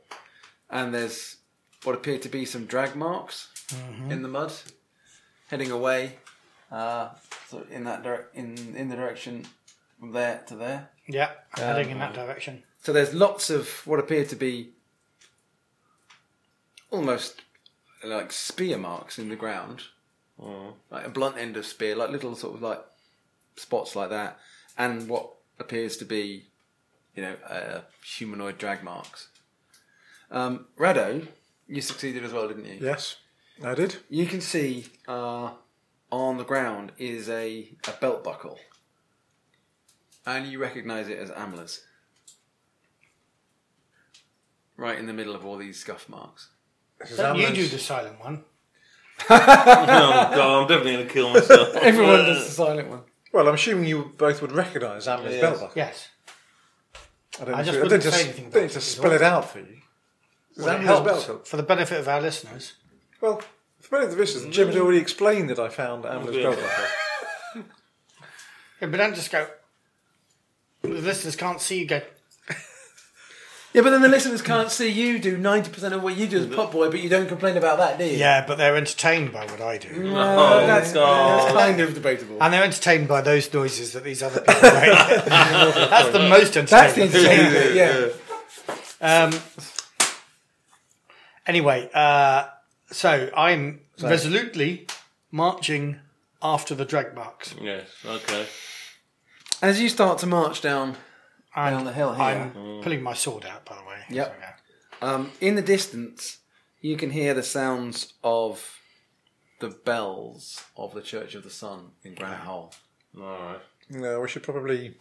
and there's what appear to be some drag marks in the mud, heading away, uh, sort of in that dire- in in the direction from there to there. Yeah, I'm heading in that Um, direction. So there's lots of what appear to be almost like spear marks in the ground, like a blunt end of spear, like little sort of like spots like that, and what appears to be, you know, uh, humanoid drag marks. Um, Rado, you succeeded as well, didn't you? Yes, I did. You can see uh, on the ground is a, a belt buckle, and you recognise it as Amla's. Right in the middle of all these scuff marks. Don't you [laughs] do the silent one. [laughs] No, Oh, God, I'm definitely going to kill myself. Everyone Uh. does the silent one. Well, I'm assuming you both would recognise Amber's Yes. bell buckle. Yes. I don't I need just to- wouldn't don't say just- anything about don't need it, to is spell all. it out for you. Well, it Amber's helps. bell buckle. For the benefit of our listeners, Well, for many of the visitors, Jim Mm. had already explained that I found Amber's bell buckle. Yeah, but don't just go. The listeners can't see you go. Yeah, but then the listeners can't see you do 90% of what you do as pop boy, but you don't complain about that, do you? Yeah, but they're entertained by what I do. Oh, that's, God. that's kind of debatable. And they're entertained by those noises that these [laughs] other people make. That's the most That's the entertaining. entertainment, bit, yeah. Um, anyway, uh, so I'm resolutely marching after the drag marks. Yes, okay. As you start to march down, And Down the hill here. I'm pulling my sword out, by the way. Mm. Yep. So, yeah. um, in the distance, you can hear the sounds of the bells of the Church of the Sun in Granite Hole. Alright. No, we should probably.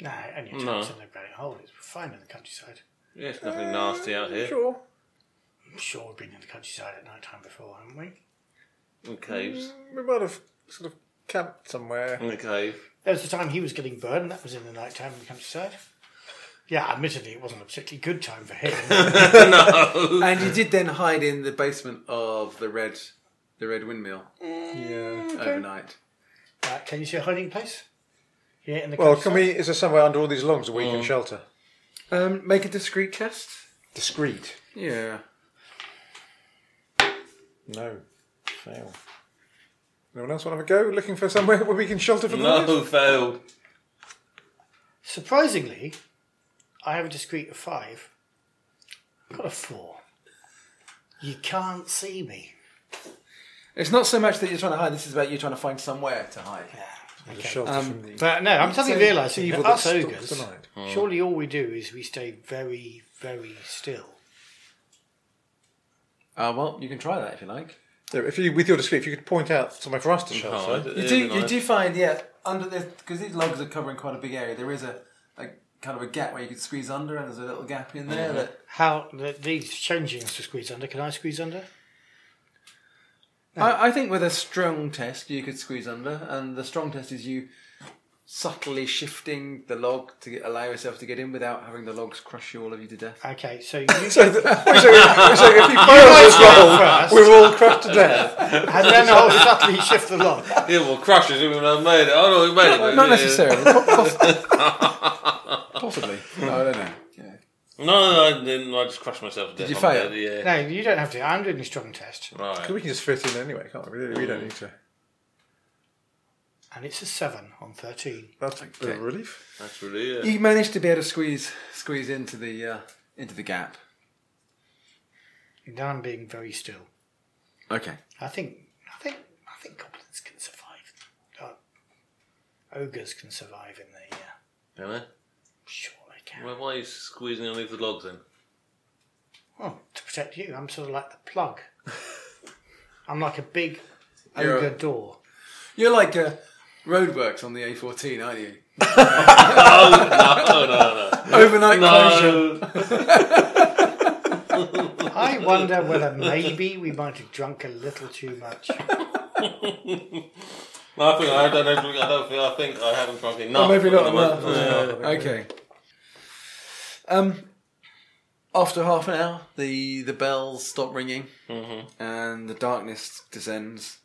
No, only a No. chance in the great hole. It's fine in the countryside. Yeah, it's nothing nasty out here. Sure. I'm sure we've been in the countryside at night time before, haven't we? In caves. We might have sort of camped somewhere. In a cave. [laughs] There was the time he was getting burned. That was in the night time in the countryside. Yeah, admittedly, it wasn't a particularly good time for him. And you did then hide in the basement of the red, the red windmill Yeah. overnight. uh, can you see a hiding place? Yeah, in the Well, can countryside? we? Is there somewhere under all these logs that we Mm. can shelter? Um, make a discreet test. Discreet. Yeah. No. Fail. No one else want to have a go looking for somewhere where we can shelter from the No, night? failed. Surprisingly, I have a discreet of five. I've got a four. You can't see me. It's not so much that you're trying to hide. This is about you trying to find somewhere to hide. To Shelter from the But no, I'm suddenly so realising evil um, that that us stalks ogres, the night. surely all we do is we stay very, very still. Uh, well, you can try that if you like. Yeah, if you, with your discreet, if you could point out somewhere for us to shelter. Hide. You do, you do find, yeah, under this because these logs are covering quite a big area. There is a, a kind of a gap where you could squeeze under, and there's a little gap in there that How the, these changings to squeeze under? Can I squeeze under? I, I think with a strong test you could squeeze under, and the strong test is you subtly shifting the log to get, allow yourself to get in without having the logs crush you all of you to [laughs] death. [laughs] Okay, so you So, the, so, if- so if you fail this roll, [laughs] we're all crushed to death. and then I'll subtly shift the log. Yeah, well, crushes even when I made it. Oh, no, we made it. but Not yeah. necessarily, po- poss- [laughs] possibly. No, I don't know. Yeah. No, no, I didn't. I just crushed myself to death. you I'm fail? dead, Yeah. No, you don't have to. I'm doing a strong test, Right. We can just fit in anyway, can't we? We don't need to. and it's a seven on thirteen. That's a relief. That's really it. You managed to be able to squeeze squeeze into the uh, into the gap. Now I'm being very still. Okay. I think, I think, I think goblins can survive. Uh, ogres can survive in the. Uh, Am I? sure, they can. Why, why are you squeezing underneath the logs then? [laughs] Well, to protect you, I'm sort of like the plug. I'm like a big You're ogre a- door. You're like uh, roadworks on the A14, aren't you? no, no, no. Overnight closure. I wonder whether maybe we might have drunk a little too much. No, I think I don't. know- I don't think I think I haven't drunk Oh, enough. maybe not. Am I- no. Okay. Um, after half an hour, the, the bells stop ringing Mm-hmm. and the darkness descends.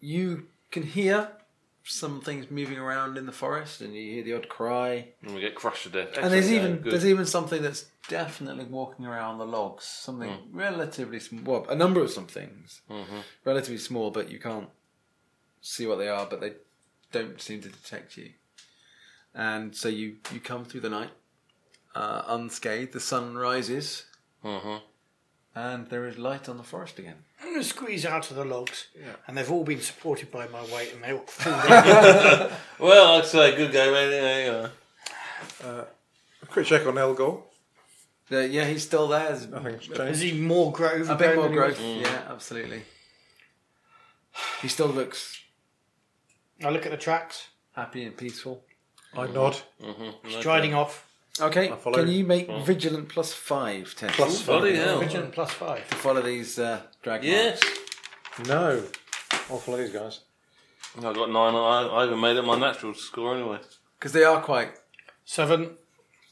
You can hear some things moving around in the forest and you hear the odd cry. And we get crushed to death. and there's Excellent, even yeah, good. e- there's even something that's definitely walking around the logs. Something relatively small. Well, a number of some things, relatively small, but you can't see what they are. But they don't seem to detect you. And so you you come through the night uh, unscathed. The sun rises, Mhm. and there is light on the forest again. I'm going to squeeze out of the logs, and they've all been supported by my weight, and they all fall Well, I'd say good game eh, anyway. you know. A quick check on Elgol. Uh, yeah, he's still there. There's Nothing's Is changed. he more grove? a bit more growth. Yeah, absolutely. He still looks I look at the tracks, happy and peaceful. I nod. Mm-hmm. striding off. Okay, follow can you. you make vigilant plus five test? Plus Bloody five. hell. Vigilant plus five. follow these uh, drag Yes. No. I'll follow these guys. I got nine. I, I even made it my natural score anyway. because they are quite Seven.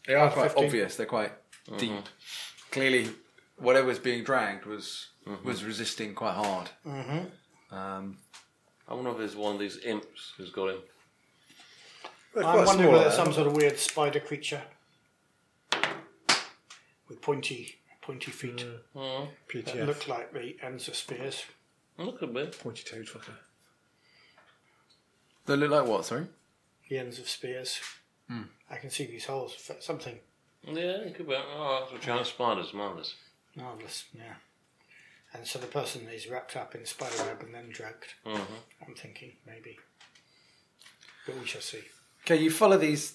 they are quite 15. obvious. They're quite Mm-hmm. deep. Clearly, whatever was being dragged was Mm-hmm. was resisting quite hard. Um, I wonder if there's one of these imps who's got him. They're I'm quite wondering small, whether aren't some sort of weird spider creature. with pointy pointy feet that PTF. look like the ends of spears. Look at me. Pointy toed fucker. They look like what? Sorry. The ends of spears. I can see these holes. F- Something Yeah, it could be. Oh, that's what giant spiders, marvellous. marvelous. Yeah. And so the person is wrapped up in spider web and then dragged. Mm-hmm. I'm thinking maybe, but we shall see. Okay, you follow these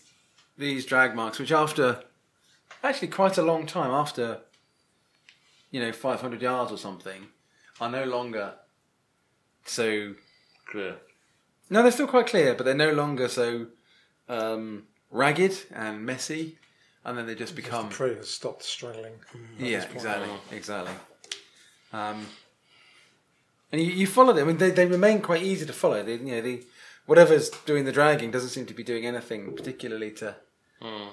these drag marks, which after actually quite a long time after you know 500 yards or something are no longer so Clear. no they're still quite clear but they're no longer so um, ragged and messy and then they just become Prey has stopped strangling. yeah exactly exactly um, and you, you follow them I mean, they, they remain quite easy to follow they, you know the whatever's doing the dragging doesn't seem to be doing anything particularly to Hmm.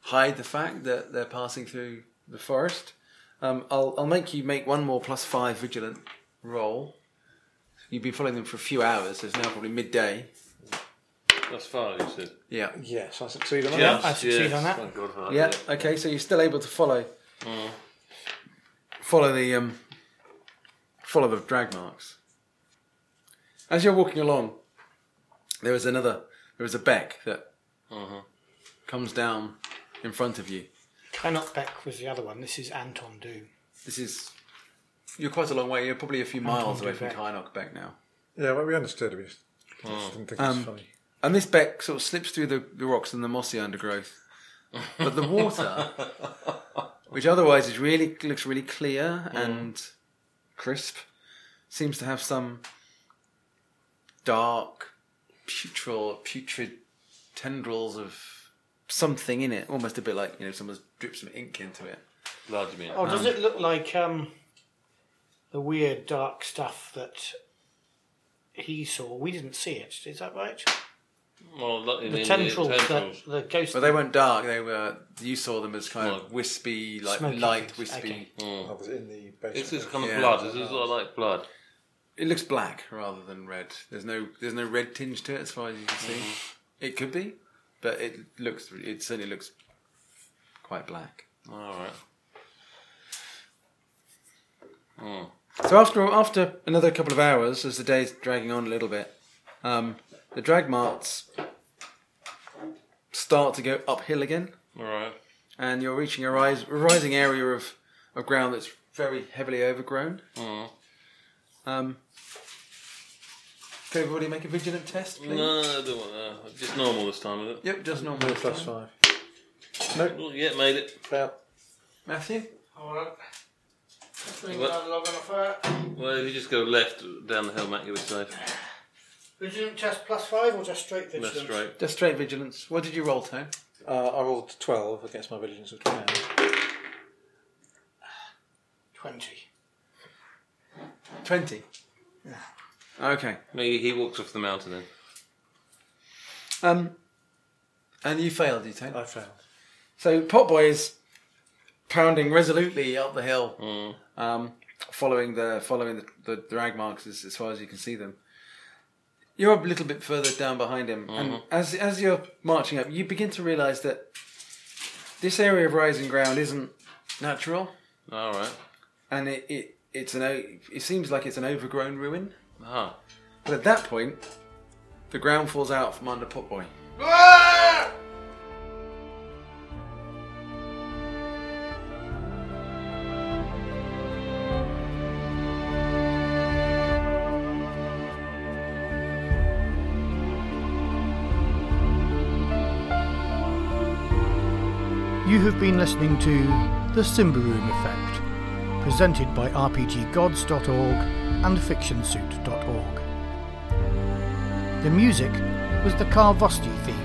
hide the fact that they're passing through the forest. Um, I'll, I'll make you make one more plus five vigilant roll. You've been following them for a few hours, so it's now probably midday. That's five, you said. Yeah. Yeah, so I succeed on Yes, that. I succeed yes. on that. Thank God for that. Yeah, okay, so you're still able to follow follow the um, follow the drag marks. As you're walking along, there is another there is a beck that Mhm. comes down in front of you. Cannot Beck was the other one. This is Anton Du. This is you're quite a long way. You're probably a few miles Anton away from Dubek. Kynoch Beck now. Yeah, well, we understood. We just Oh. didn't think it was Um, funny. And this beck sort of slips through the, the rocks and the mossy undergrowth. But the [laughs] water, Mm-hmm. which otherwise is really looks really clear and crisp, seems to have some dark, putrid, putrid tendrils of something in it. Almost a bit like you know someone's dripped some ink into it. [laughs] Blood, you mean. Oh, does it look like um, the weird dark stuff that he saw? We didn't see it. Is that right? Well, that, The tendrils, uh, tendrils. that the ghost. But they weren't dark. They were. You saw them as kind of wispy, like Smoky light things. wispy. Okay. I was in the basement. It's this kind of Yeah. blood. This is like blood. It looks black rather than red. There's no there's no red tinge to it as far as you can see. Mm-hmm. It could be, but it looks it certainly looks quite black. All right. Mm. So after after another couple of hours, as the day's dragging on a little bit, um, the drag marts start to go uphill again, All right. and you're reaching a rise, a rising area of, of ground that's very heavily overgrown. Mm. Um, can everybody make a vigilant test, please? No, I don't want that. Just normal this time, is it? Yep, just normal. this Plus time. five. Well, yeah, made it. Fail. Matthew. What? Well, if you just go left down the hill, Matt, you'll be safe. Vigilant test plus five or just straight vigilance? Left straight. Just straight vigilance. What did you roll, Tone? Uh, I rolled 12 against my vigilance of 10. Twenty. Twenty. Okay. Maybe he walks off the mountain then. Um, and you failed, you Tone. I failed. So Potboy is pounding resolutely up the hill, Mm. um, following the following the, the drag marks as, as far as you can see them. You're a little bit further down behind him, and as as you're marching up, you begin to realise that this area of rising ground isn't natural, All right. and it, it it's an o- it seems like it's an overgrown ruin. Ah. But at that point, the ground falls out from under Potboy. You have been listening to The Simba Room Effect, presented by RPGGods.org and FictionSuit.org. The music was the Carvosti theme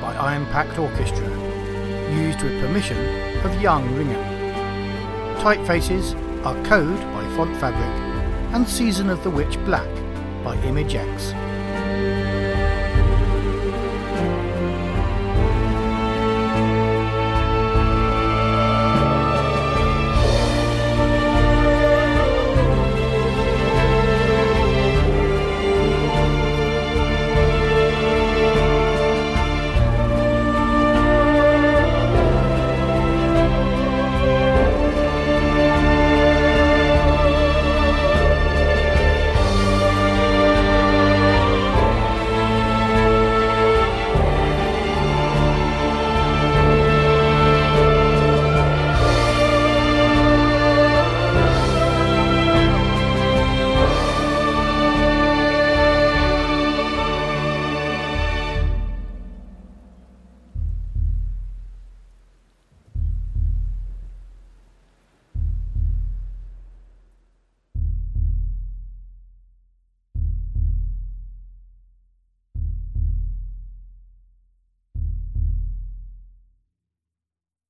by Iron Pact Orchestra, used with permission of Young Ringham. Typefaces are Code by Font Fabric and Season of the Witch Black by ImageX.